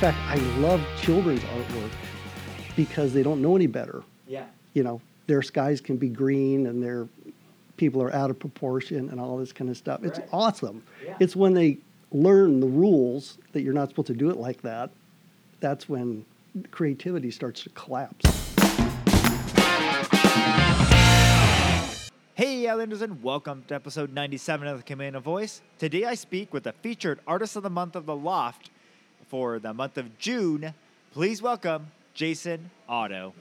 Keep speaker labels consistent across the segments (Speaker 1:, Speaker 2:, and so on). Speaker 1: fact, I love children's artwork because they don't know any better.
Speaker 2: Yeah.
Speaker 1: You know, their skies can be green and their people are out of proportion and all this kind of stuff. It's
Speaker 2: Right.
Speaker 1: awesome.
Speaker 2: Yeah.
Speaker 1: It's when they learn the rules that you're not supposed to do it like that. That's when creativity starts to collapse.
Speaker 2: Hey, Islanders, and welcome to episode 97 of the Command of Voice. Today I speak with the featured artist of the month of the Loft for the month of June. Please welcome Jason Otto.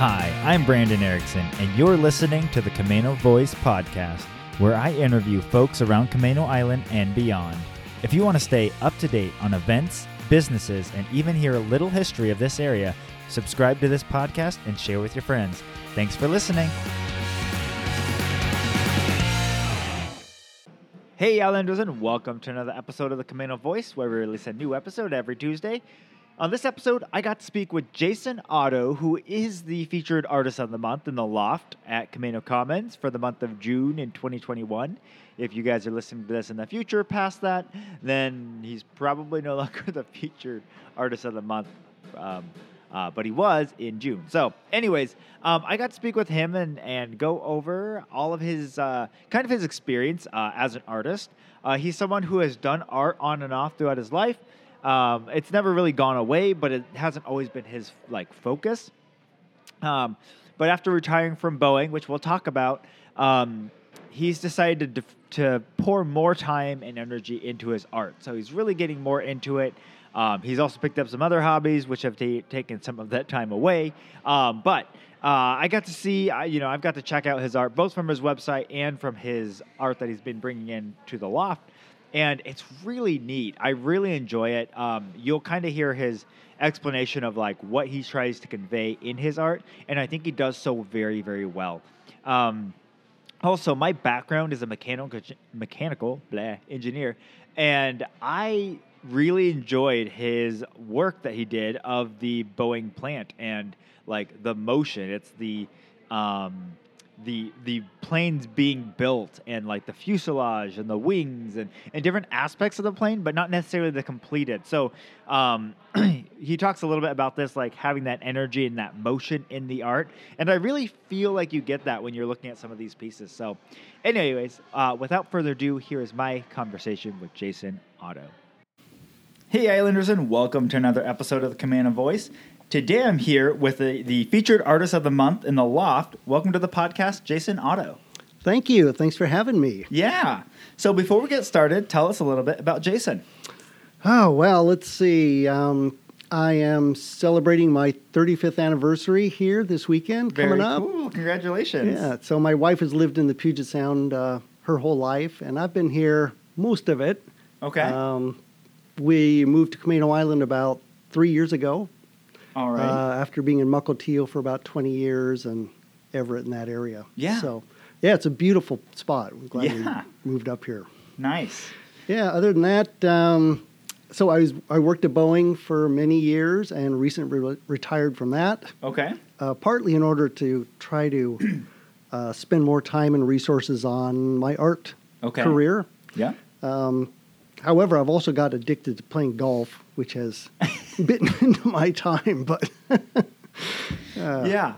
Speaker 2: Hi, I'm Brandon Erickson, and you're listening to the Camano Voice podcast, where I interview folks around Camano Island and beyond. If you want to stay up to date on events, businesses, and even hear a little history of this area, subscribe to this podcast and share with your friends. Thanks for listening. Hey, Islanders, and welcome to another episode of the Camino Voice, where we release a new episode every Tuesday. On this episode, I got to speak with Jason Otto, who is the featured artist of the month in the loft at Camino Commons for the month of June in 2021. If you guys are listening to this in the future past that, then he's probably no longer the featured artist of the month. Um, uh, but he was in June. So, anyways, um, I got to speak with him and and go over all of his uh, kind of his experience uh, as an artist. Uh, he's someone who has done art on and off throughout his life. Um, it's never really gone away, but it hasn't always been his like focus. Um, but after retiring from Boeing, which we'll talk about, um, he's decided to, def- to pour more time and energy into his art. So he's really getting more into it. Um, he's also picked up some other hobbies, which have ta- taken some of that time away. Um, but uh, I got to see, I, you know, I've got to check out his art, both from his website and from his art that he's been bringing in to the loft and it's really neat. I really enjoy it. Um, you'll kind of hear his explanation of like what he tries to convey in his art, and I think he does so very, very well. Um, also, my background is a mechanical mechanical blah, engineer, and I really enjoyed his work that he did of the Boeing plant and like the motion. It's the um, the the planes being built and like the fuselage and the wings and, and different aspects of the plane, but not necessarily the completed. So um, he talks a little bit about this, like having that energy and that motion in the art. And I really feel like you get that when you're looking at some of these pieces. So, anyways, uh, without further ado, here is my conversation with Jason Otto. Hey, Islanders, and welcome to another episode of the Command and Voice. Today I'm here with the, the featured artist of the month in the loft. Welcome to the podcast, Jason Otto.
Speaker 1: Thank you. Thanks for having me.
Speaker 2: Yeah. So before we get started, tell us a little bit about Jason.
Speaker 1: Oh, well, let's see. Um, I am celebrating my 35th anniversary here this weekend coming up.
Speaker 2: cool. Congratulations.
Speaker 1: Yeah, so my wife has lived in the Puget Sound uh, her whole life, and I've been here most of it.
Speaker 2: Okay.
Speaker 1: Um, we moved to Camino Island about three years ago
Speaker 2: All right.
Speaker 1: uh, after being in Mukilteo for about 20 years and Everett in that area.
Speaker 2: Yeah.
Speaker 1: So, yeah, it's a beautiful spot. We're glad
Speaker 2: Yeah.
Speaker 1: we moved up here.
Speaker 2: nice.
Speaker 1: Yeah, other than that, um, so I, was, I worked at Boeing for many years and recently re- retired from that
Speaker 2: Okay.
Speaker 1: uh, partly in order to try to uh, spend more time and resources on my art
Speaker 2: Okay.
Speaker 1: career.
Speaker 2: Yeah.
Speaker 1: However, I've also got addicted to playing golf, which has bitten into my time. But uh,
Speaker 2: yeah.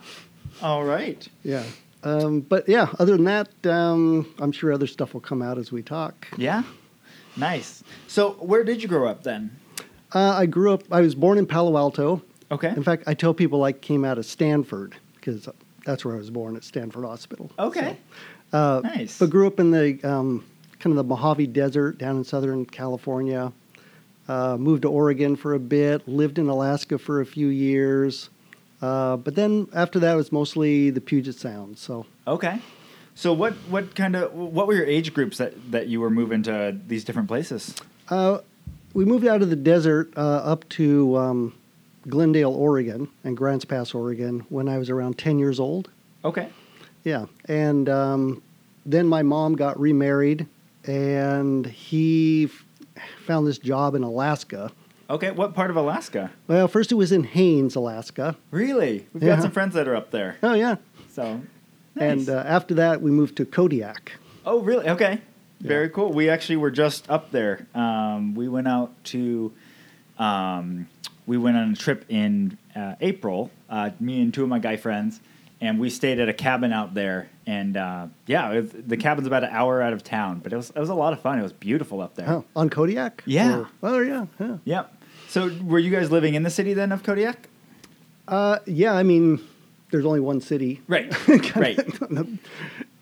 Speaker 2: All right.
Speaker 1: yeah, um, but yeah. Other than that, um, I'm sure other stuff will come out as we talk.
Speaker 2: Yeah. Nice. So where did you grow up then?
Speaker 1: Uh, I grew up. I was born in Palo Alto.
Speaker 2: Okay.
Speaker 1: In fact, I tell people I came out of Stanford because that's where I was born at Stanford Hospital.
Speaker 2: Okay. nice.
Speaker 1: uh, But grew up in the um, kind of the Mojave Desert down in Southern California. Uh, moved to Oregon for a bit. Lived in Alaska for a few years. Uh, but then after that, it was mostly the Puget Sound. So
Speaker 2: okay. So what what kind of what were your age groups that that you were moving to these different places?
Speaker 1: uh, we moved out of the desert uh, up to um, Glendale, Oregon, and Grants Pass, Oregon, when I was around 10 years old.
Speaker 2: Okay.
Speaker 1: Yeah. And um, then my mom got remarried, and he f- found this job in Alaska.
Speaker 2: Okay. What part of Alaska?
Speaker 1: Well, first it was in Haines, Alaska.
Speaker 2: Really? We've
Speaker 1: Yeah.
Speaker 2: got some friends that are up there.
Speaker 1: Oh yeah.
Speaker 2: So. Nice.
Speaker 1: And uh, after that, we moved to Kodiak.
Speaker 2: oh really? Okay. Very cool. We actually were just up there. Um, we went out to, um, we went on a trip in uh, April. Uh, me and two of my guy friends, and we stayed at a cabin out there. And uh, yeah, it was- the cabin's about an hour out of town, but it was it was a lot of fun. It was beautiful up there.
Speaker 1: Oh, on Kodiak?
Speaker 2: Yeah.
Speaker 1: Or- oh, yeah. Yeah.
Speaker 2: Yep. So were you guys living in the city then of Kodiak?
Speaker 1: Uh, yeah, I mean, there's only one city
Speaker 2: Right. right.
Speaker 1: on, the,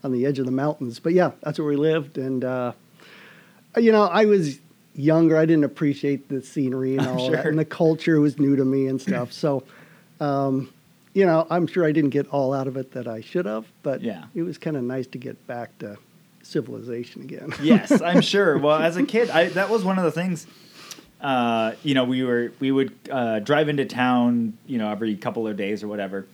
Speaker 1: on the edge of the mountains. But yeah, that's where we lived. And, uh, you know, I was younger. I didn't appreciate the scenery and
Speaker 2: I'm
Speaker 1: all that.
Speaker 2: sure.
Speaker 1: And the culture was new to me and stuff. So, um, you know, I'm sure I didn't get all out of it that I should have. But
Speaker 2: Yeah.
Speaker 1: it was kind of nice to get back to civilization again.
Speaker 2: yes, I'm sure. Well, as a kid, I, that was one of the things. Uh, you know, we were we would uh, drive into town, you know, every couple of days or whatever,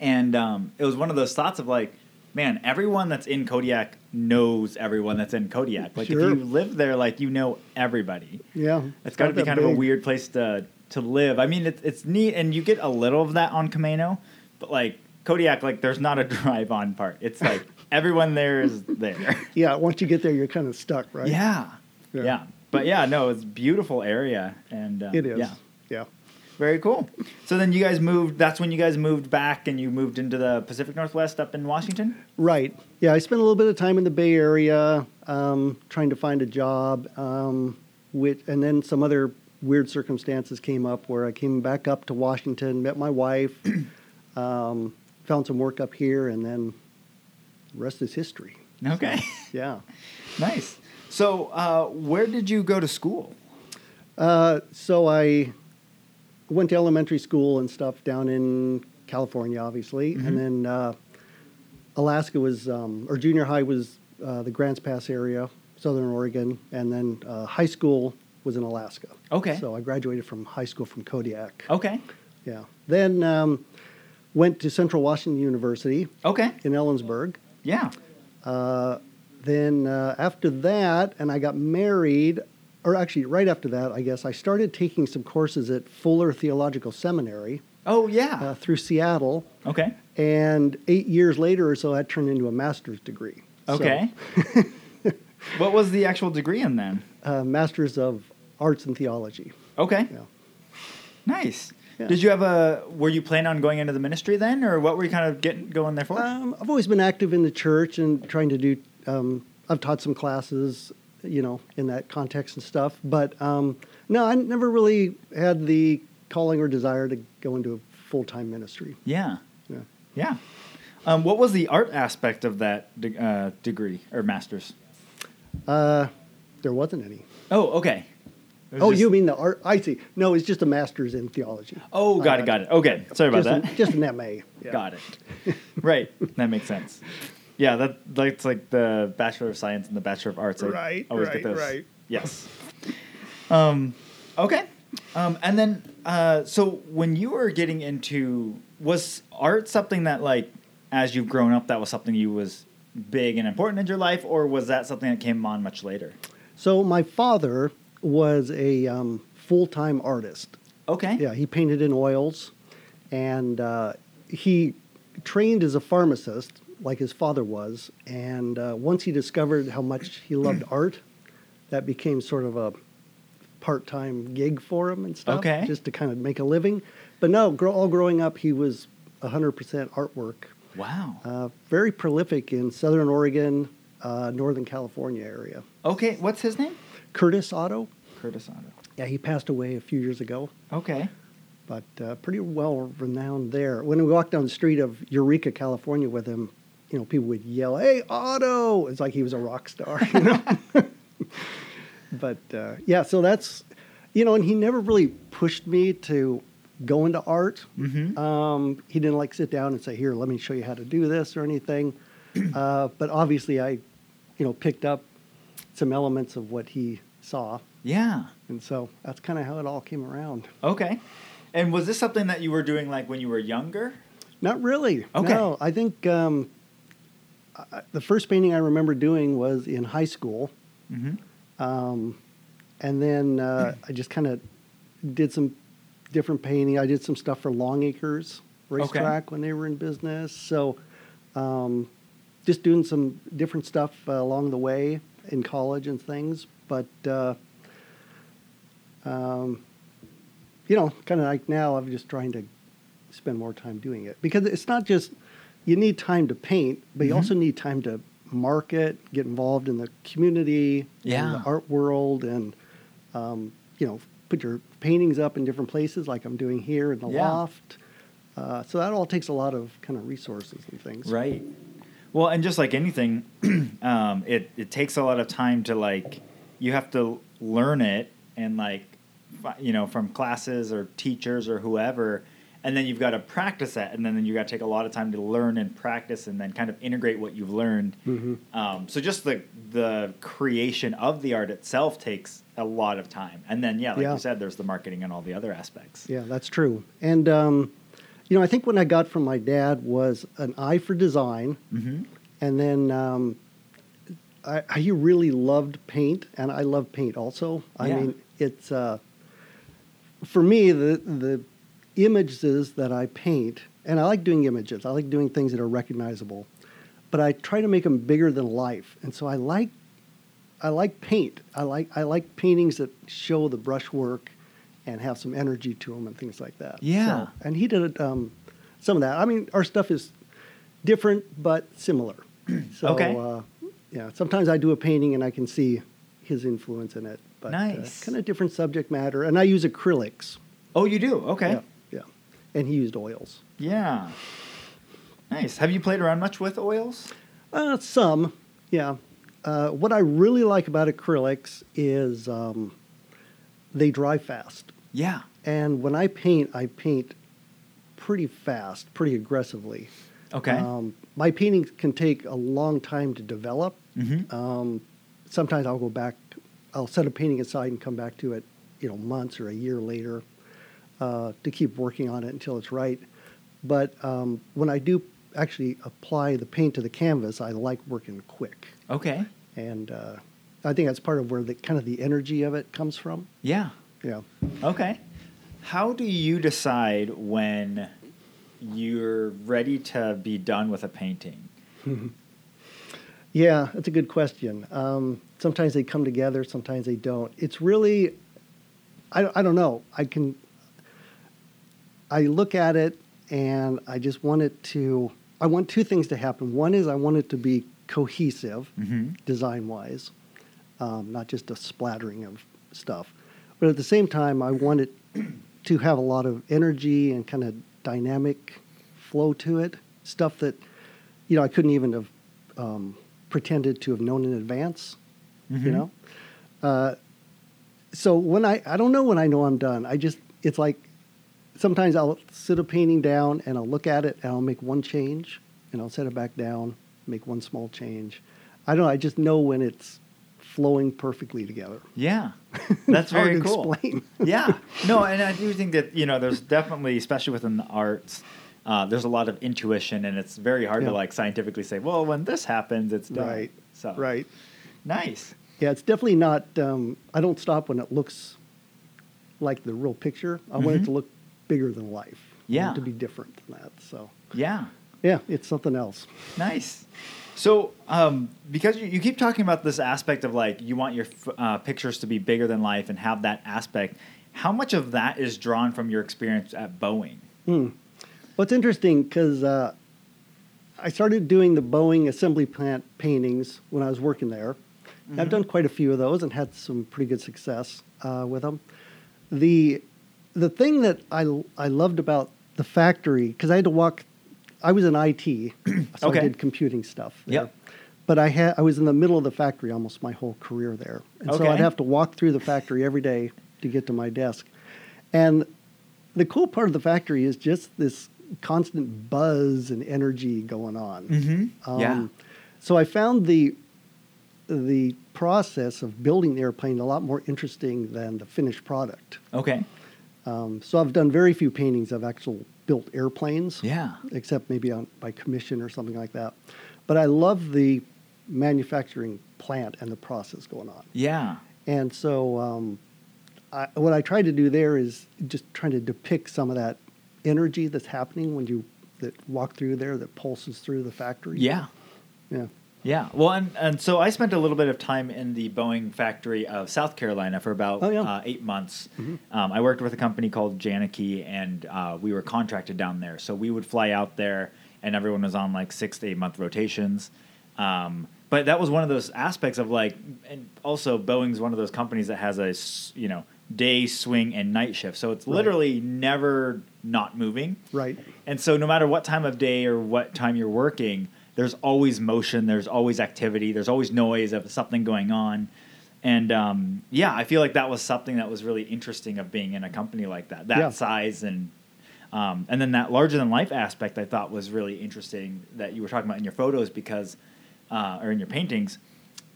Speaker 2: and um, it was one of those thoughts of like, man, everyone that's in Kodiak knows everyone that's in Kodiak. Like,
Speaker 1: Sure.
Speaker 2: if you live there, like you know everybody.
Speaker 1: yeah.
Speaker 2: It's got to
Speaker 1: not
Speaker 2: be
Speaker 1: that
Speaker 2: kind of a
Speaker 1: big.
Speaker 2: weird place to to live. I mean, it's it's neat, and you get a little of that on Kameno, but like Kodiak, like there's not a drive on part. It's like everyone there is there.
Speaker 1: Yeah, once you get there, you're kind of stuck, right?
Speaker 2: Yeah. yeah.
Speaker 1: Yeah.
Speaker 2: But yeah, no, it's a beautiful area and uh,
Speaker 1: It is.
Speaker 2: Yeah.
Speaker 1: yeah.
Speaker 2: Very cool. So then you guys moved that's when you guys moved back and you moved into the Pacific Northwest up in Washington?
Speaker 1: Right. Yeah, I spent a little bit of time in the Bay Area um, trying to find a job, um, which, and then some other weird circumstances came up where I came back up to Washington, met my wife, um, found some work up here, and then the rest is history.
Speaker 2: Okay.
Speaker 1: Yeah.
Speaker 2: nice. So uh, where did you go to school?
Speaker 1: Uh, so I went to elementary school and stuff down in California, obviously, and then uh, Alaska was, um, or junior high was uh, the Grants Pass area, Southern Oregon, and then uh, high school was in Alaska.
Speaker 2: Okay. Oh.
Speaker 1: So I graduated from high school from Kodiak.
Speaker 2: Okay.
Speaker 1: Yeah. Then um, went to Central Washington University
Speaker 2: Okay.
Speaker 1: in Ellensburg.
Speaker 2: Yeah.
Speaker 1: Uh, then uh, after that, and I got married, or actually right after that, I guess I started taking some courses at Fuller Theological Seminary
Speaker 2: Oh yeah.
Speaker 1: uh, through Seattle,
Speaker 2: okay.
Speaker 1: and eight years later or so, that turned into a master's degree. So,
Speaker 2: Okay. what was the actual degree in then?
Speaker 1: uh, master's of Arts and Theology.
Speaker 2: Okay.
Speaker 1: Yeah.
Speaker 2: Nice.
Speaker 1: Yeah.
Speaker 2: Did you have a? Were you planning on going into the ministry then, or what were you kind of getting going there for?
Speaker 1: Um, I've always been active in the church and trying to do. Um, I've taught some classes, you know, in that context and stuff. But um, no, I never really had the calling or desire to go into a full time ministry.
Speaker 2: Yeah,
Speaker 1: Yeah.
Speaker 2: yeah. Um, what was the art aspect of that de- uh, degree or master's?
Speaker 1: Uh, there wasn't any.
Speaker 2: Oh, okay. It was
Speaker 1: Oh,
Speaker 2: just-
Speaker 1: you mean the art? I see. No, it's just a master's in theology.
Speaker 2: Oh, got it, got it. Okay, sorry about
Speaker 1: just,
Speaker 2: that.
Speaker 1: An, just an MA. Yeah.
Speaker 2: Got it. right, that makes sense. Yeah, that that's like the Bachelor of Science and the Bachelor of Arts. I
Speaker 1: Right,
Speaker 2: always get
Speaker 1: right,
Speaker 2: those.
Speaker 1: right.
Speaker 2: Yes. Um, okay. Um, and then, uh, so when you were getting into, was art something that like, as you've grown up, that was something you was big and important in your life, or was that something that came on much later?
Speaker 1: So my father was a um, full time artist.
Speaker 2: Okay.
Speaker 1: Yeah, he painted in oils, and uh, he trained as a pharmacist, like his father was. And uh, once he discovered how much he loved art, that became sort of a part-time gig for him and stuff,
Speaker 2: Okay.
Speaker 1: just to kind of make a living. But no, grow, all growing up, he was 100% artwork.
Speaker 2: Wow.
Speaker 1: Uh, very prolific in Southern Oregon, uh, Northern California area.
Speaker 2: okay. What's his name?
Speaker 1: Curtis Otto,
Speaker 2: Curtis Otto.
Speaker 1: yeah, he passed away a few years ago
Speaker 2: Okay.
Speaker 1: but uh, pretty well renowned there. When we walked down the street of Eureka, California, with him, you know, people would yell, "Hey, Otto!" It's like he was a rock star, you know. but uh, yeah, so that's you know, and he never really pushed me to go into art.
Speaker 2: Mm-hmm.
Speaker 1: Um, he didn't like sit down and say, "Here, let me show you how to do this" or anything. uh, but obviously, I, you know, picked up some elements of what he saw,
Speaker 2: yeah.
Speaker 1: and so that's kind of how it all came around.
Speaker 2: Okay. And was this something that you were doing like when you were younger?
Speaker 1: Not really.
Speaker 2: Okay.
Speaker 1: No, I think um, I, the first painting I remember doing was in high school,
Speaker 2: Mm-hmm.
Speaker 1: um, and then uh, I just kind of did some different painting. I did some stuff for Longacres Racetrack when they were in business. So, um, just doing some different stuff uh, along the way. in college and things. But uh, um, you know, kind of like now, I'm just trying to spend more time doing it because it's not just you need time to paint, but you
Speaker 3: Mhm.
Speaker 1: also need time to market, get involved in the community,
Speaker 3: Yeah.
Speaker 1: in the art world, and um, you know, put your paintings up in different places, like I'm doing here in the
Speaker 3: Yeah.
Speaker 1: loft. Uh, so that all takes a lot of kind of resources and things.
Speaker 3: Right.
Speaker 2: Well, and just like anything, um, it it takes a lot of time to like you have to learn it and like fi- you know from classes or teachers or whoever, and then you've got to practice that, and then you got to take a lot of time to learn and practice, and then kind of integrate what you've learned.
Speaker 1: Mhm.
Speaker 2: Um, so just the the creation of the art itself takes a lot of time, and then yeah, like
Speaker 1: Yeah.
Speaker 2: you said, there's the marketing and all the other aspects.
Speaker 1: Yeah, that's true. And um, you know, I think what I got from my dad was an eye for design,
Speaker 2: hmm
Speaker 1: and then um, I, I he really loved paint, and I love paint also. I
Speaker 2: Yeah.
Speaker 1: mean, it's uh, for me the the images that I paint, and I like doing images. I like doing things that are recognizable, but I try to make them bigger than life, and so I like I like paint. I like I like paintings that show the brushwork and have some energy to them and things like that.
Speaker 3: Yeah.
Speaker 1: So- and he did um, some of that. I mean, our stuff is different but similar. So,
Speaker 2: Okay.
Speaker 1: Uh, yeah, sometimes I do a painting and I can see his influence in it. But,
Speaker 2: Nice.
Speaker 1: kind of different subject matter, and I use acrylics.
Speaker 2: Oh, you do okay.
Speaker 1: Yeah, yeah. And he used oils.
Speaker 2: Yeah. Nice. Have you played around much with oils?
Speaker 1: Uh, some, yeah. Uh, what I really like about acrylics is um, they dry fast.
Speaker 2: Yeah.
Speaker 1: And when I paint, I paint pretty fast, pretty aggressively.
Speaker 2: Okay.
Speaker 1: Um, my paintings can take a long time to develop.
Speaker 2: Mhm.
Speaker 1: Um, sometimes I'll go back, I'll set a painting aside and come back to it, you know, months or a year later uh, to keep working on it until it's right. But um, when I do actually apply the paint to the canvas, I like working quick.
Speaker 2: okay.
Speaker 1: And uh, I think that's part of where the kind of the energy of it comes from.
Speaker 2: Yeah.
Speaker 1: Yeah.
Speaker 2: Okay. How do you decide when you're ready to be done with a painting?
Speaker 1: Yeah, that's a good question. Um, sometimes they come together, sometimes they don't. It's really, I, I don't know. I can, I look at it and I just want it to, I want two things to happen. One is I want it to be cohesive
Speaker 2: Mhm.
Speaker 1: design wise, um, not just a splattering of stuff. But at the same time, I want it to have a lot of energy and kind of dynamic flow to it, stuff that, you know, I couldn't even have um, pretended to have known in advance, you
Speaker 2: Mhm.
Speaker 1: know? Uh, so when I, I don't know when I know I'm done. I just, it's like sometimes I'll sit a painting down and I'll look at it and I'll make one change and I'll set it back down, make one small change. I don't know. I just know when it's flowing perfectly together.
Speaker 2: Yeah. That's
Speaker 1: Hard
Speaker 2: very
Speaker 1: to
Speaker 2: cool.
Speaker 1: explain.
Speaker 2: yeah. No, and I do think that, you know, there's definitely, especially within the arts, uh, there's a lot of intuition, and it's very hard
Speaker 1: Yeah.
Speaker 2: to like scientifically say, well, when this happens, it's done.
Speaker 1: Right.
Speaker 2: So
Speaker 1: Right.
Speaker 2: Nice.
Speaker 1: Yeah, it's definitely not. Um, I don't stop when it looks like the real picture. I want it
Speaker 2: Mhm.
Speaker 1: to look bigger than life. I want
Speaker 2: Yeah.
Speaker 1: it to be different than that. So,
Speaker 2: Yeah.
Speaker 1: yeah, it's something else.
Speaker 2: Nice. So, um, because you, you keep talking about this aspect of like you want your f- uh, pictures to be bigger than life and have that aspect, how much of that is drawn from your experience at Boeing?
Speaker 1: Hmm. What's interesting because uh, I started doing the Boeing assembly plant paintings when I was working there. And
Speaker 2: Mm-hmm.
Speaker 1: I've done quite a few of those and had some pretty good success uh, with them. The the thing that I I loved about the factory because I had to walk. I was in IT, so
Speaker 2: Okay.
Speaker 1: I did computing stuff. There.
Speaker 2: Yep.
Speaker 1: But I had I was in the middle of the factory almost my whole career there, and so I'd
Speaker 2: Okay.
Speaker 1: have to walk through the factory every day to get to my desk. And the cool part of the factory is just this constant buzz and energy going on.
Speaker 2: Mm-hmm.
Speaker 1: Um,
Speaker 2: yeah.
Speaker 1: So I found the the process of building the airplane a lot more interesting than the finished product.
Speaker 2: Okay.
Speaker 1: Um, so I've done very few paintings of actual built airplanes,
Speaker 2: Yeah.
Speaker 1: except maybe on, by commission or something like that. But I love the manufacturing plant and the process going on.
Speaker 2: Yeah.
Speaker 1: And so, um, I, what I tried to do there is just trying to depict some of that energy that's happening when you that walk through there that pulses through the factory.
Speaker 2: Yeah.
Speaker 1: yeah,
Speaker 2: Yeah. Well, and, and so I spent a little bit of time in the Boeing factory of South Carolina for about
Speaker 1: Oh, yeah. Mm-hmm.
Speaker 2: uh, eight months. Um, I worked with a company called Janicki, and uh, we were contracted down there. So we would fly out there, and everyone was on like six to eight month rotations. Um, but that was one of those aspects of like, and also Boeing's one of those companies that has a s- you know day swing and night shift. So it's
Speaker 1: Right.
Speaker 2: literally never not moving.
Speaker 1: Right.
Speaker 2: And so, no matter what time of day or what time you're working, there's always motion, there's always activity, there's always noise of something going on. And um, yeah, I feel like that was something that was really interesting of being in a company like that, that
Speaker 1: Yeah.
Speaker 2: size and. Um, and then that larger than life aspect I thought was really interesting that you were talking about in your photos because, uh, or in your paintings,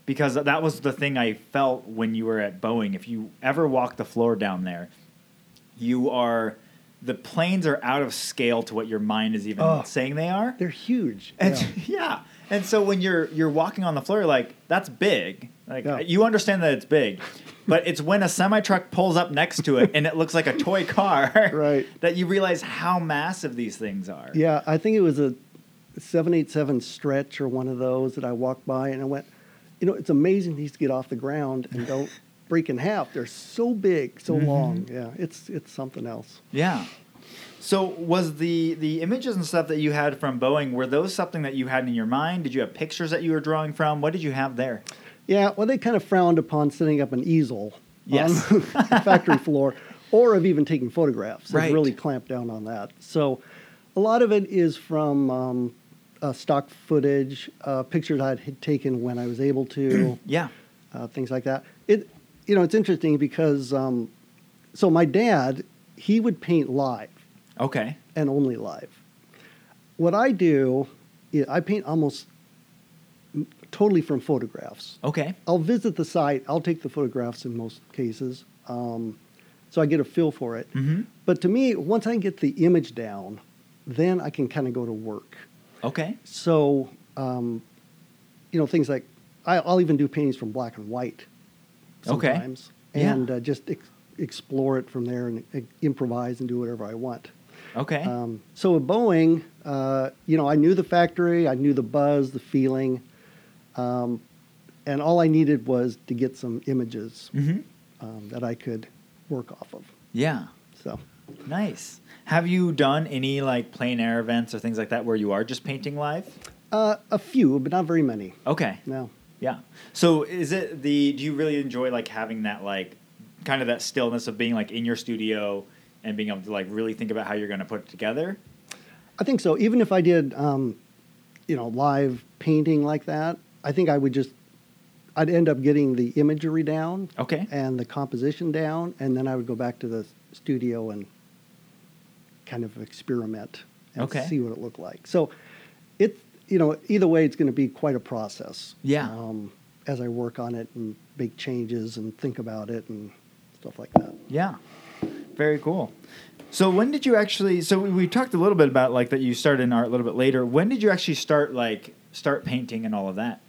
Speaker 2: because that was the thing I felt when you were at Boeing. If you ever walk the floor down there, you are the planes are out of scale to what your mind is even
Speaker 1: Oh.
Speaker 2: saying they are.
Speaker 1: They're huge.
Speaker 2: And
Speaker 1: Yeah.
Speaker 2: yeah. And so when you're you're walking on the floor, you're like, that's big. Like
Speaker 1: Yeah.
Speaker 2: you understand that it's big. But it's when a semi truck pulls up next to it and it looks like a toy car
Speaker 1: Right.
Speaker 2: that you realize how massive these things are.
Speaker 1: Yeah, I think it was a 787 stretch or one of those that I walked by and I went, you know, it's amazing these get off the ground and don't break in half. They're so big, so
Speaker 2: Mm-hmm.
Speaker 1: long. Yeah, it's it's something else.
Speaker 2: Yeah. So was the the images and stuff that you had from Boeing were those something that you had in your mind? Did you have pictures that you were drawing from? What did you have there?
Speaker 1: Yeah, well, they kind of frowned upon setting up an easel
Speaker 2: Yes.
Speaker 1: on the factory floor or of even taking photographs.
Speaker 2: Right.
Speaker 1: They've really clamped down on that. So a lot of it is from um, uh, stock footage, uh, pictures I had taken when I was able to.
Speaker 2: Yeah.
Speaker 1: uh, things like that. It, you know, it's interesting because, um, so my dad, he would paint live
Speaker 2: Okay.
Speaker 1: and only live. What I do, i- I paint almost totally from photographs.
Speaker 2: Okay.
Speaker 1: I'll visit the site. I'll take the photographs in most cases, um, so I get a feel for it.
Speaker 2: Mhm.
Speaker 1: But to me, once I get the image down, then I can kind of go to work.
Speaker 2: Okay.
Speaker 1: So, um, you know, things like I, I'll even do paintings from black and white
Speaker 2: Okay.
Speaker 1: sometimes,
Speaker 2: Yeah.
Speaker 1: and uh, just ex- explore it from there and uh, improvise and do whatever I want.
Speaker 2: Okay.
Speaker 1: Um, so with Boeing, uh, you know, I knew the factory, I knew the buzz, the feeling, um, and all I needed was to get some images
Speaker 2: Mhm.
Speaker 1: um, that I could work off of.
Speaker 2: Yeah.
Speaker 1: So.
Speaker 2: Nice. Have you done any like plain air events or things like that where you are just painting live?
Speaker 1: Uh, a few, but not very many.
Speaker 2: Okay.
Speaker 1: No.
Speaker 2: Yeah. So is it the do you really enjoy like having that like kind of that stillness of being like in your studio and being able to like really think about how you're going to put it together?
Speaker 1: I think so. Even if I did, um, you know, live painting like that, I think I would just, I'd end up getting the imagery down
Speaker 2: Okay.
Speaker 1: and the composition down, and then I would go back to the studio and kind of experiment and
Speaker 2: Okay.
Speaker 1: see what it looked like. So, it, you know, either way, it's going to be quite a process.
Speaker 2: Yeah.
Speaker 1: Um, as I work on it and make changes and think about it and stuff like that.
Speaker 2: Yeah. Very cool. So when did you actually so we, we talked a little bit about like that you started in art a little bit later. When did you actually start like start painting and all of that?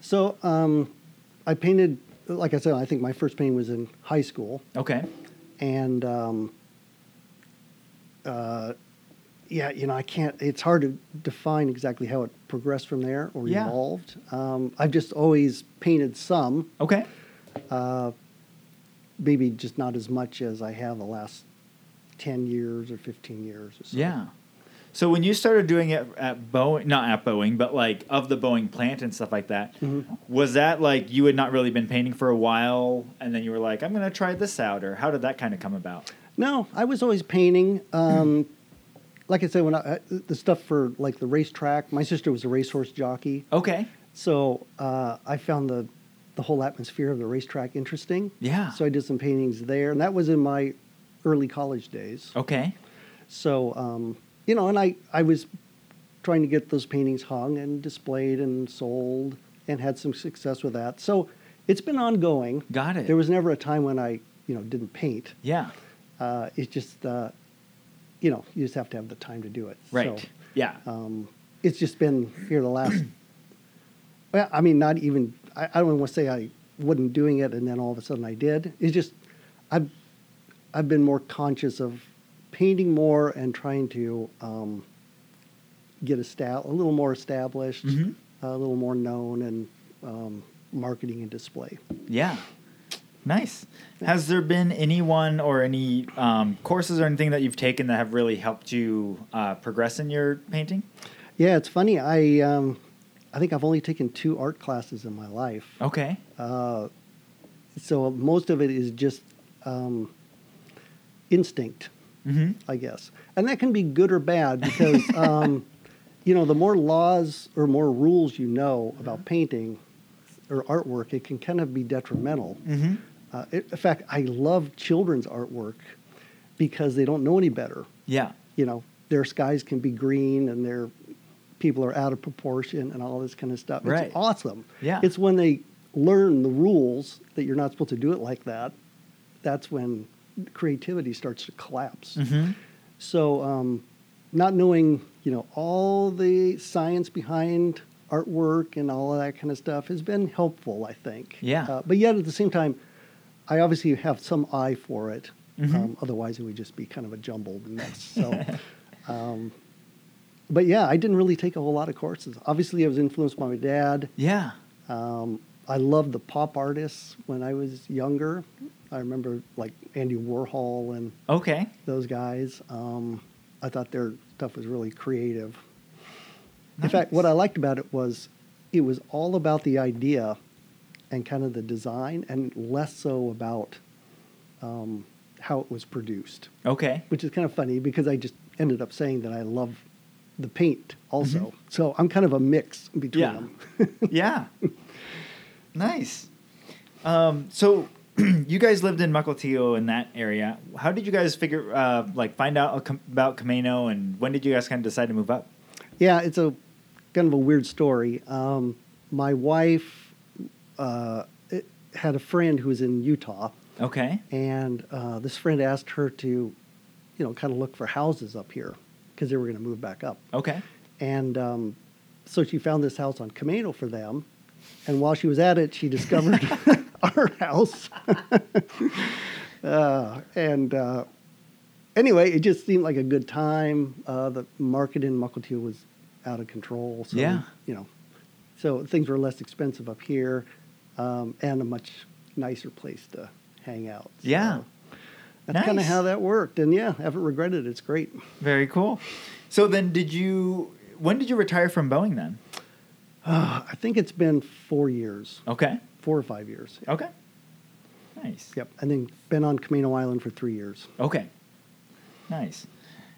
Speaker 1: So, um, I painted, like I said, I think my first painting was in high school.
Speaker 2: Okay.
Speaker 1: and um, uh, yeah, you know, I can't. It's hard to define exactly how it progressed from there or
Speaker 2: Yeah.
Speaker 1: evolved. Um, I've just always painted some,
Speaker 2: Okay.
Speaker 1: uh, maybe just not as much as I have the last ten years or fifteen years. Or so.
Speaker 2: Yeah. So when you started doing it at Boeing, not at Boeing, but like of the Boeing plant and stuff like that,
Speaker 1: Mm-hmm.
Speaker 2: was that like you had not really been painting for a while, and then you were like, "I'm going to try this out," or how did that kind of come about?
Speaker 1: No, I was always painting. Um, like I said, when I, uh, the stuff for like the racetrack, my sister was a racehorse jockey,
Speaker 2: Okay.
Speaker 1: so uh, I found the the whole atmosphere of the racetrack interesting.
Speaker 2: Yeah.
Speaker 1: So I did some paintings there, and that was in my early college days.
Speaker 2: okay.
Speaker 1: So, um, you know, and I, I was trying to get those paintings hung and displayed and sold and had some success with that. So it's been ongoing.
Speaker 2: Got it.
Speaker 1: There was never a time when I, you know, didn't paint.
Speaker 2: Yeah.
Speaker 1: Uh, it's just, uh, you know, you just have to have the time to do it.
Speaker 2: Right.
Speaker 1: So,
Speaker 2: yeah.
Speaker 1: um, it's just been here the last. well, I mean, not even. I, I don't want to say I wasn't doing it, and then all of a sudden I did. It's just, I've, I've been more conscious of painting more and trying to um, get a stat a little more established.
Speaker 2: Mhm.
Speaker 1: a little more known and um, marketing and display.
Speaker 2: Yeah. Nice. Has there been anyone or any um, courses or anything that you've taken that have really helped you uh, progress in your painting?
Speaker 1: Yeah, it's funny. I um, I think I've only taken two art classes in my life.
Speaker 2: Okay.
Speaker 1: Uh, so most of it is just um, instinct,
Speaker 2: Mm-hmm.
Speaker 1: I guess, and that can be good or bad because um, you know the more laws or more rules you know about painting or artwork, it can kind of be detrimental.
Speaker 2: Mm-hmm.
Speaker 1: Uh, it, in fact, I love children's artwork because they don't know any better.
Speaker 2: Yeah.
Speaker 1: You know, their skies can be green and their people are out of proportion and all this kind of stuff.
Speaker 2: Right.
Speaker 1: It's awesome.
Speaker 2: Yeah.
Speaker 1: It's when they learn the rules that you're not supposed to do it like that. That's when creativity starts to collapse.
Speaker 2: Mm-hmm.
Speaker 1: So, um, not knowing, you know, all the science behind artwork and all of that kind of stuff has been helpful, I think.
Speaker 2: Yeah.
Speaker 1: Uh, but yet at the same time, I obviously have some eye for it. Um, otherwise, it would just be kind of a jumbled mess. So, um, but yeah, I didn't really take a whole lot of courses. Obviously, I was influenced by my dad.
Speaker 2: Yeah.
Speaker 1: Um, I loved the pop artists when I was younger. I remember like Andy Warhol and
Speaker 2: Okay.
Speaker 1: those guys. Um, I thought their stuff was really creative. In
Speaker 2: Nice.
Speaker 1: fact, what I liked about it was it was all about the idea and kind of the design, and less so about um, how it was produced,
Speaker 2: Okay.
Speaker 1: which is kind of funny because I just ended up saying that I love the paint also. So I'm kind of a mix between
Speaker 2: Mm-hmm. Yeah.
Speaker 1: them.
Speaker 2: yeah. Nice. Um, so you guys lived in Mukilteo in that area. How did you guys figure, uh, like, find out ac- about Camino, and when did you guys kind of decide to move up?
Speaker 1: Yeah, it's a kind of a weird story. Um, my wife uh, it, had a friend who was in Utah,
Speaker 2: Okay.
Speaker 1: and uh, this friend asked her to, you know, kind of look for houses up here because they were going to move back up.
Speaker 2: Okay.
Speaker 1: And um, so she found this house on Camino for them. And while she was at it, she discovered our house. uh, and uh, anyway, it just seemed like a good time. Uh, the market in Mukilteo was out of control. So,
Speaker 2: Yeah.
Speaker 1: you know, so things were less expensive up here um, and a much nicer place to hang out. So
Speaker 2: Yeah.
Speaker 1: That's kind of
Speaker 2: Nice.
Speaker 1: how that worked. And yeah, haven't regretted it. It's great.
Speaker 2: Very cool. So then, did you? When did you retire from Boeing? Then.
Speaker 1: Uh, I think it's been four years.
Speaker 2: Okay.
Speaker 1: four or five years.
Speaker 2: Okay. Nice.
Speaker 1: Yep. And then been on Camino Island for three years.
Speaker 2: Okay. Nice.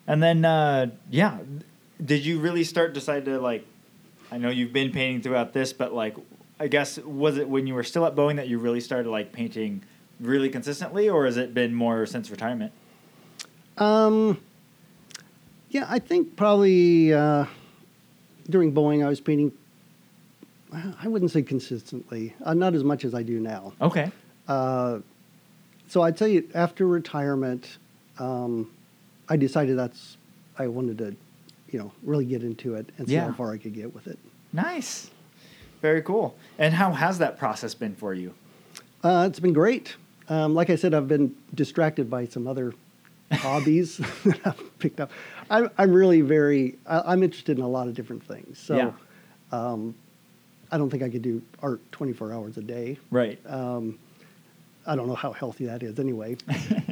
Speaker 2: And then, uh, yeah, did you really start decide to like? I know you've been painting throughout this, but like, I guess was it when you were still at Boeing that you really started like painting really consistently, or has it been more since retirement?
Speaker 1: Um, yeah, I think probably uh, during Boeing, I was painting, I wouldn't say consistently, uh, not as much as I do now.
Speaker 2: Okay.
Speaker 1: Uh, so I'd say after retirement, um, I decided that's, I wanted to, you know, really get into it and see
Speaker 2: Yeah.
Speaker 1: how far I could get with it.
Speaker 2: Nice. Very cool. And how has that process been for you?
Speaker 1: Uh, it's been great. Um, like I said, I've been distracted by some other hobbies that I've picked up. I'm, I'm really very, I, I'm interested in a lot of different things. So
Speaker 2: Yeah.
Speaker 1: um, I don't think I could do art 24 hours a day.
Speaker 2: Right.
Speaker 1: Um, I don't know how healthy that is anyway.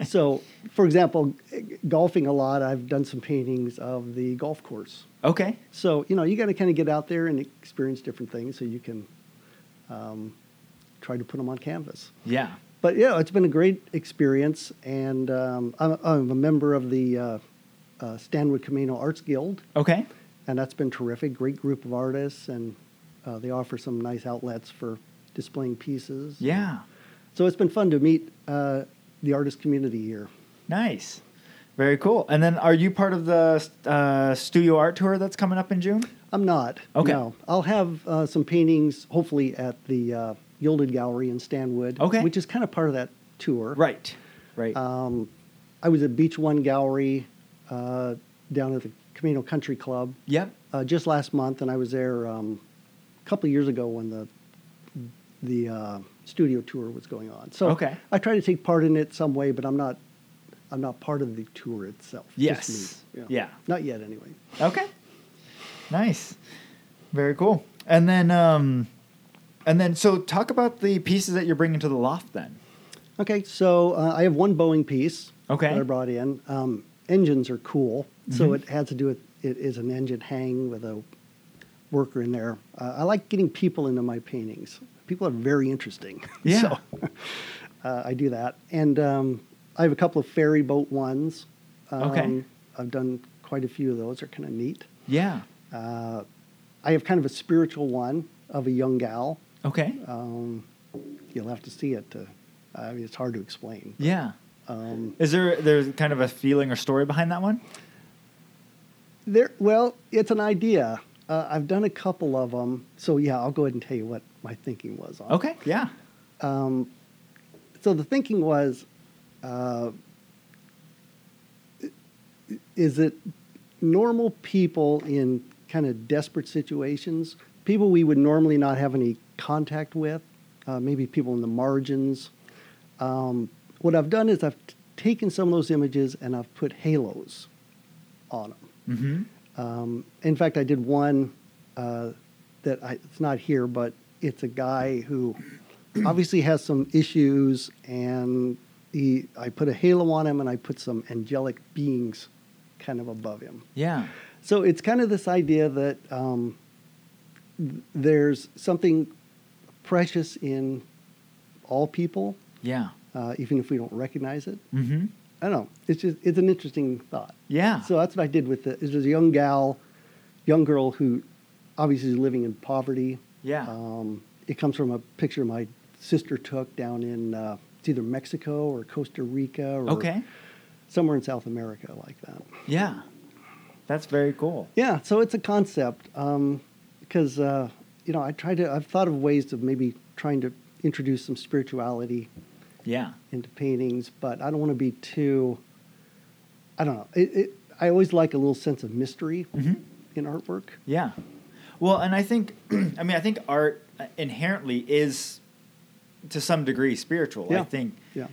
Speaker 1: so, for example, g- golfing a lot, I've done some paintings of the golf course.
Speaker 2: Okay.
Speaker 1: So, you know, you got to kind of get out there and experience different things so you can um, try to put them on canvas
Speaker 2: Yeah.
Speaker 1: but yeah, it's been a great experience, and um, I'm, I'm a member of the uh, uh, Stanwood Camino Arts Guild,
Speaker 2: Okay.
Speaker 1: and that's been terrific. Great group of artists, and uh, they offer some nice outlets for displaying pieces.
Speaker 2: Yeah.
Speaker 1: So it's been fun to meet uh, the artist community here.
Speaker 2: Nice. Very cool. And then are you part of the uh, studio art tour that's coming up in June?
Speaker 1: I'm not.
Speaker 2: Okay.
Speaker 1: No. I'll have uh, some paintings, hopefully, at the uh, Gilded Gallery in Stanwood,
Speaker 2: Okay.
Speaker 1: which is kind of part of that tour.
Speaker 2: Right. Right.
Speaker 1: Um, I was at Beach One Gallery uh, down at the Camino Country Club
Speaker 2: yep.
Speaker 1: uh, just last month, and I was there um, a couple of years ago when the the uh, studio tour was going on. So
Speaker 2: Okay.
Speaker 1: I try to take part in it some way, but I'm not I'm not part of the tour itself. Just
Speaker 2: Yes.
Speaker 1: me.
Speaker 2: Yeah.
Speaker 1: Not yet, anyway.
Speaker 2: Okay. Nice. Very cool. And then, um, and then, so talk about the pieces that you're bringing to the loft then.
Speaker 1: Okay, so uh, I have one Boeing piece
Speaker 2: Okay. Mm-hmm.
Speaker 1: that I brought in. Um, engines are cool, so it had to do with it is an engine hang with a worker in there. Uh, I like getting people into my paintings. People are very interesting.
Speaker 2: Yeah.
Speaker 1: so uh, I do that, and um, I have a couple of ferry boat ones. Um,
Speaker 2: Okay.
Speaker 1: I've done quite a few of those. They're kind of neat.
Speaker 2: Yeah.
Speaker 1: Uh, I have kind of a spiritual one of a young gal.
Speaker 2: Okay.
Speaker 1: Um, you'll have to see it. To, I mean, it's hard to explain.
Speaker 2: yeah.
Speaker 1: Um,
Speaker 2: Is there there's kind of a feeling or story behind that one?
Speaker 1: there, well, it's an idea. Uh, I've done a couple of them, so yeah, I'll go ahead and tell you what my thinking was on. it.
Speaker 2: Okay. Yeah.
Speaker 1: Um, so the thinking was, uh, i- is it normal people in kind of desperate situations, people we would normally not have any contact with, uh, maybe people in the margins. Um, what I've done is I've t- taken some of those images and I've put halos on them.
Speaker 2: Mm-hmm.
Speaker 1: Um, in fact, I did one uh, that I, it's not here, but it's a guy who obviously has some issues, and he I put a halo on him, and I put some angelic beings kind of above him.
Speaker 2: Yeah.
Speaker 1: So it's kind of this idea that um, th- there's something precious in all people,
Speaker 2: Yeah.
Speaker 1: uh, even if we don't recognize it.
Speaker 2: Mm-hmm.
Speaker 1: I don't know. It's just it's an interesting thought.
Speaker 2: Yeah.
Speaker 1: So that's what I did with the. It was a young gal, young girl who obviously is living in poverty.
Speaker 2: Yeah.
Speaker 1: Um, it comes from a picture my sister took down in uh, it's either Mexico or Costa Rica or
Speaker 2: okay.
Speaker 1: somewhere in South America like that.
Speaker 2: Yeah. That's very cool.
Speaker 1: Yeah. So it's a concept um, because uh, you know I tried to. I've thought of ways of maybe trying to introduce some spirituality
Speaker 2: Yeah.
Speaker 1: into paintings, but I don't want to be too. I don't know. It, it, I always like a little sense of mystery
Speaker 2: Mm-hmm.
Speaker 1: in artwork.
Speaker 2: Yeah. Well, and I think, I mean, I think art uh, inherently is, to some degree, spiritual. I
Speaker 1: Yeah.
Speaker 2: think,
Speaker 1: Yeah.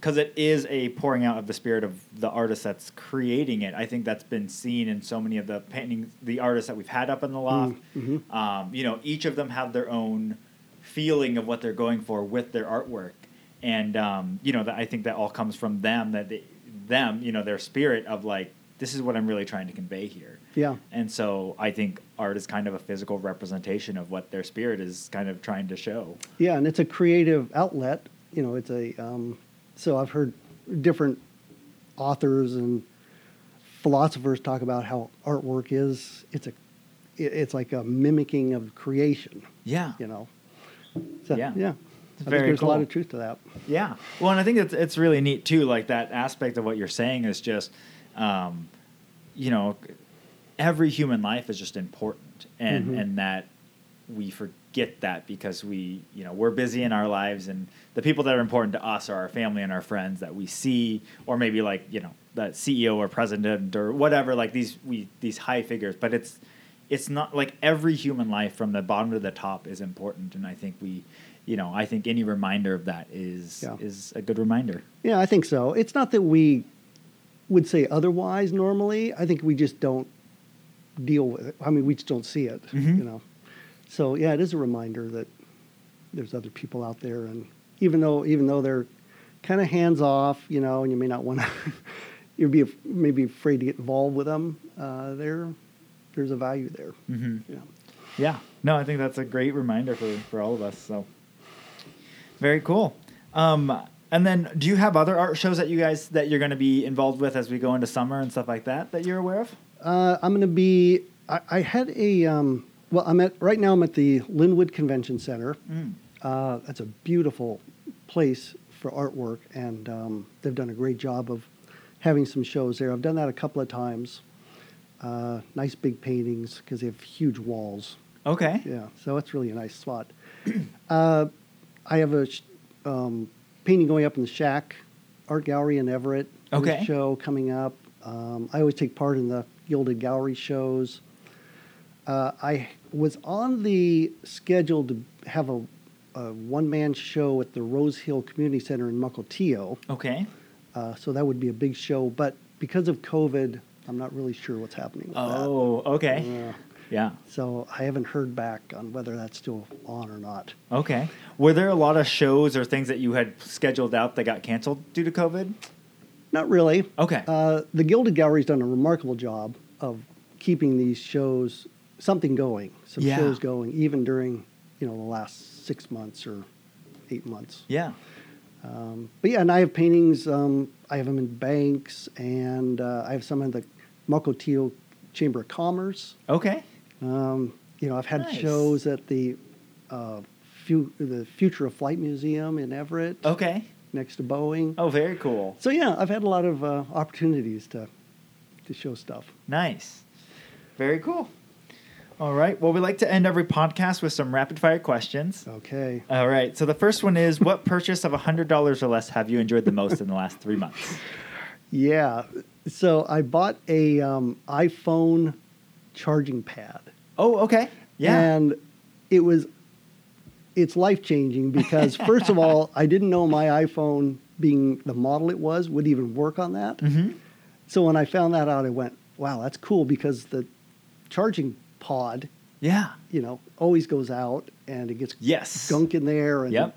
Speaker 2: because it is a pouring out of the spirit of the artist that's creating it. I think that's been seen in so many of the paintings, the artists that we've had up in the loft.
Speaker 1: Mm, mm-hmm.
Speaker 2: Um, you know, each of them have their own feeling of what they're going for with their artwork, and um, you know, that I think that all comes from them. That they, them, you know, their spirit of like, this is what I'm really trying to convey here.
Speaker 1: Yeah.
Speaker 2: And so I think art is kind of a physical representation of what their spirit is kind of trying to show.
Speaker 1: Yeah, and it's a creative outlet. You know, it's a um, so I've heard different authors and philosophers talk about how artwork is it's a it- it's like a mimicking of creation.
Speaker 2: Yeah.
Speaker 1: You know, so
Speaker 2: Yeah.
Speaker 1: yeah, I
Speaker 2: very
Speaker 1: think there's a lot
Speaker 2: cool.
Speaker 1: of truth to that.
Speaker 2: Yeah. Well, and I think it's it's really neat too. Like that aspect of what you're saying is just, um, you know, every human life is just important, and
Speaker 1: Mhm.
Speaker 2: and that we forget that because we you know we're busy in our lives, and the people that are important to us are our family and our friends that we see, or maybe like you know that CEO or president or whatever. Like these we these high figures, but it's it's not like every human life from the bottom to the top is important and i think we you know i think any reminder of that is
Speaker 1: Yeah.
Speaker 2: is a good reminder
Speaker 1: Yeah, I think so. It's not that we would say otherwise normally. I think we just don't deal with it. I mean, we just don't see it,
Speaker 2: Mhm.
Speaker 1: you know. So yeah, it is a reminder that there's other people out there, and even though even though they're kind of hands off, you know, and you may not want to, you'd be af- maybe afraid to get involved with them. Uh, there, there's a value there.
Speaker 2: mm-hmm.
Speaker 1: You know.
Speaker 2: yeah no i think that's a great reminder for for all of us so very cool um and then do you have other art shows that you guys that you're going to be involved with as we go into summer and stuff like that that you're aware of
Speaker 1: Uh, I'm going to be. I, I had a. Um, well, I'm at right now. I'm at the Linwood Convention Center.
Speaker 2: Mm.
Speaker 1: Uh, that's a beautiful place for artwork, and um, they've done a great job of having some shows there. I've done that a couple of times. Uh, nice big paintings because they have huge walls.
Speaker 2: okay
Speaker 1: Yeah, so it's really a nice spot. uh, I have a sh- um, painting going up in the Shack Art Gallery in Everett. There's a
Speaker 2: Okay.
Speaker 1: show coming up. Um, I always take part in the Gilded Gallery shows. Uh, I was on the schedule to have a, a one man show at the Rose Hill Community Center in Mukilteo,
Speaker 2: okay
Speaker 1: uh, so that would be a big show. But because of COVID, I'm not really sure what's happening with that.
Speaker 2: oh okay
Speaker 1: Yeah.
Speaker 2: Yeah.
Speaker 1: So I haven't heard back on whether that's still on or not.
Speaker 2: Okay. Were there a lot of shows or things that you had scheduled out that got canceled due to COVID?
Speaker 1: Not really.
Speaker 2: Okay.
Speaker 1: Uh, the Gilded Gallery's done a remarkable job of keeping these shows something going, some
Speaker 2: Yeah.
Speaker 1: shows going, even during you know the last six months or eight months.
Speaker 2: yeah.
Speaker 1: Um, but yeah, and I have paintings. Um, I have them in banks, and uh, I have some in the Mukilteo Chamber of Commerce.
Speaker 2: Okay.
Speaker 1: Um, you know, I've had
Speaker 2: Nice.
Speaker 1: shows at the uh, fu- the Future of Flight Museum in Everett,
Speaker 2: Okay.
Speaker 1: next to Boeing.
Speaker 2: Oh, very cool.
Speaker 1: So yeah, I've had a lot of uh, opportunities to to show stuff.
Speaker 2: Nice. Very cool. All right. Well, we like to end every podcast with some rapid fire questions.
Speaker 1: Okay.
Speaker 2: All right. So the first one is what purchase of $100 or less have you enjoyed the most in the last three months?
Speaker 1: Yeah. So I bought a um, iPhone charging pad.
Speaker 2: Oh, okay. Yeah.
Speaker 1: And it was it's life changing because first of all, I didn't know my iPhone being the model it was would even work on that.
Speaker 2: hmm
Speaker 1: So when I found that out, I went, "Wow, that's cool!" Because the charging pod,
Speaker 2: Yeah.
Speaker 1: you know, always goes out and it gets
Speaker 2: Yes.
Speaker 1: gunk in there. And
Speaker 2: Yep.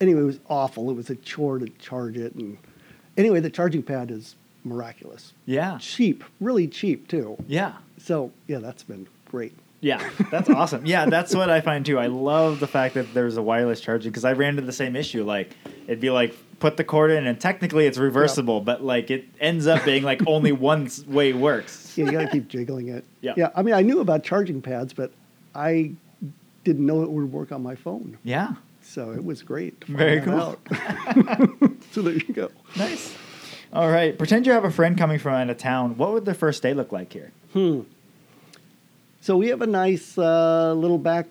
Speaker 1: anyway, it was awful. It was a chore to charge it. And anyway, the charging pad is miraculous.
Speaker 2: Yeah.
Speaker 1: Cheap, really cheap too.
Speaker 2: Yeah.
Speaker 1: So yeah, that's been great.
Speaker 2: Yeah, that's awesome. Yeah, that's what I find too. I love the fact that there's a wireless charger because I ran into the same issue. Like, it'd be like put the cord in, and technically it's reversible, but like it ends up being like only one s- way works.
Speaker 1: Yeah, you got to keep jiggling it.
Speaker 2: Yeah.
Speaker 1: Yeah. I mean, I knew about charging pads, but I didn't know it would work on my phone.
Speaker 2: Yeah,
Speaker 1: So it was great. to find
Speaker 2: Very
Speaker 1: that
Speaker 2: cool.
Speaker 1: out. so there you go.
Speaker 2: nice. All right, pretend you have a friend coming from out of town. What would their first day look like here?
Speaker 1: Hmm. So we have a nice uh, little back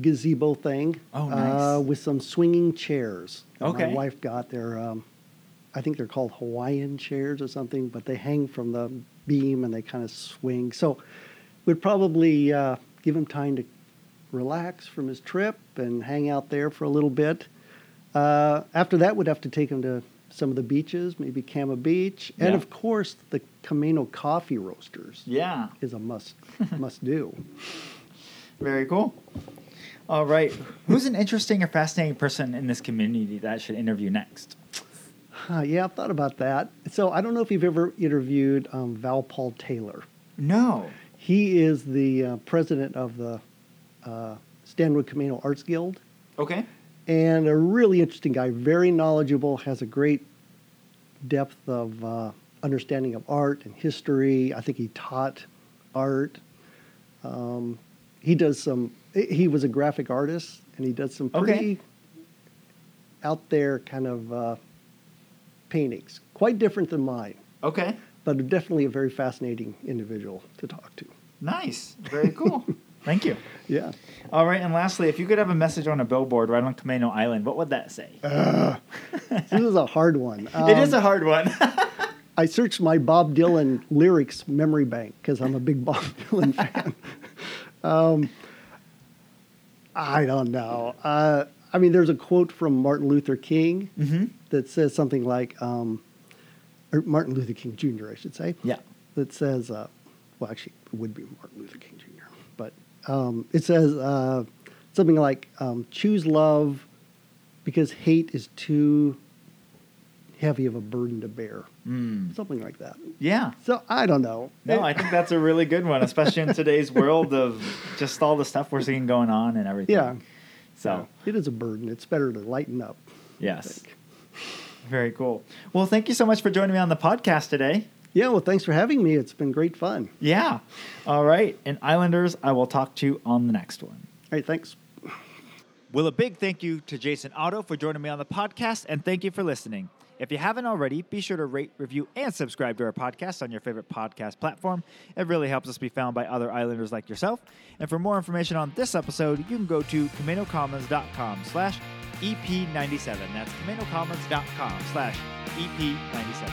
Speaker 1: gazebo thing.
Speaker 2: Oh, nice.
Speaker 1: Uh, with some swinging chairs. that
Speaker 2: Okay.
Speaker 1: My wife got their, um, I think they're called Hawaiian chairs or something, but they hang from the beam and they kind of swing. So we'd probably uh, give him time to relax from his trip and hang out there for a little bit. Uh, after that, we'd have to take him to some of the beaches, maybe Kama Beach, and
Speaker 2: Yeah.
Speaker 1: of course the Camino Coffee Roasters
Speaker 2: Yeah,
Speaker 1: is a must must do.
Speaker 2: very cool. All right, who's an interesting or fascinating person in this community that I should interview next?
Speaker 1: Huh, Uh, yeah, I've thought about that. So I don't know if you've ever interviewed um, Val Paul Taylor.
Speaker 2: No.
Speaker 1: He is the uh, president of the uh, Stanwood Camino Arts Guild
Speaker 2: Okay.
Speaker 1: and a really interesting guy, very knowledgeable, has a great depth of uh, understanding of art and history. I think he taught art. Um, he does some. He was a graphic artist, and he does some
Speaker 2: Okay.
Speaker 1: pretty out there kind of uh, paintings. Quite different than mine,
Speaker 2: Okay.
Speaker 1: but definitely a very fascinating individual to talk to.
Speaker 2: Nice. Very cool. Thank you.
Speaker 1: Yeah.
Speaker 2: All right, and lastly, if you could have a message on a billboard right on Kameno Island, what would that say?
Speaker 1: This is a hard one.
Speaker 2: it is
Speaker 1: Um,
Speaker 2: a hard one.
Speaker 1: I searched my Bob Dylan lyrics memory bank because I'm a big Bob Dylan fan. Um, I don't know. Uh, I mean, there's a quote from Martin Luther King
Speaker 2: mm-hmm.
Speaker 1: that says something like, um, or Martin Luther King Jr., I should say.
Speaker 2: Yeah.
Speaker 1: That says, uh, well, actually, it would be Martin Luther King Jr., but um, it says uh, something like, um, choose love because hate is too heavy of a burden to bear
Speaker 2: Mm.
Speaker 1: something like that.
Speaker 2: Yeah.
Speaker 1: So I don't know.
Speaker 2: No, I think that's a really good one, especially in today's world of just all the stuff we're seeing going on and everything.
Speaker 1: Yeah.
Speaker 2: So,
Speaker 1: it is a burden. It's better to lighten up.
Speaker 2: yes. Very cool. Well, thank you so much for joining me on the podcast today.
Speaker 1: Yeah, well, thanks for having me. It's been great fun. All
Speaker 2: Yeah. All right. And Islanders, I will talk to you on the next one.
Speaker 1: right, thanks.
Speaker 3: Well, a big thank you to Jason Otto for joining me on the podcast, and thank you for listening. If you haven't already, be sure to rate, review, and subscribe to our podcast on your favorite podcast platform. It really helps us be found by other Islanders like yourself. And for more information on this episode, you can go to CaminoCommons.com slash E EP97. That's E CaminoCommons.com slash EP97.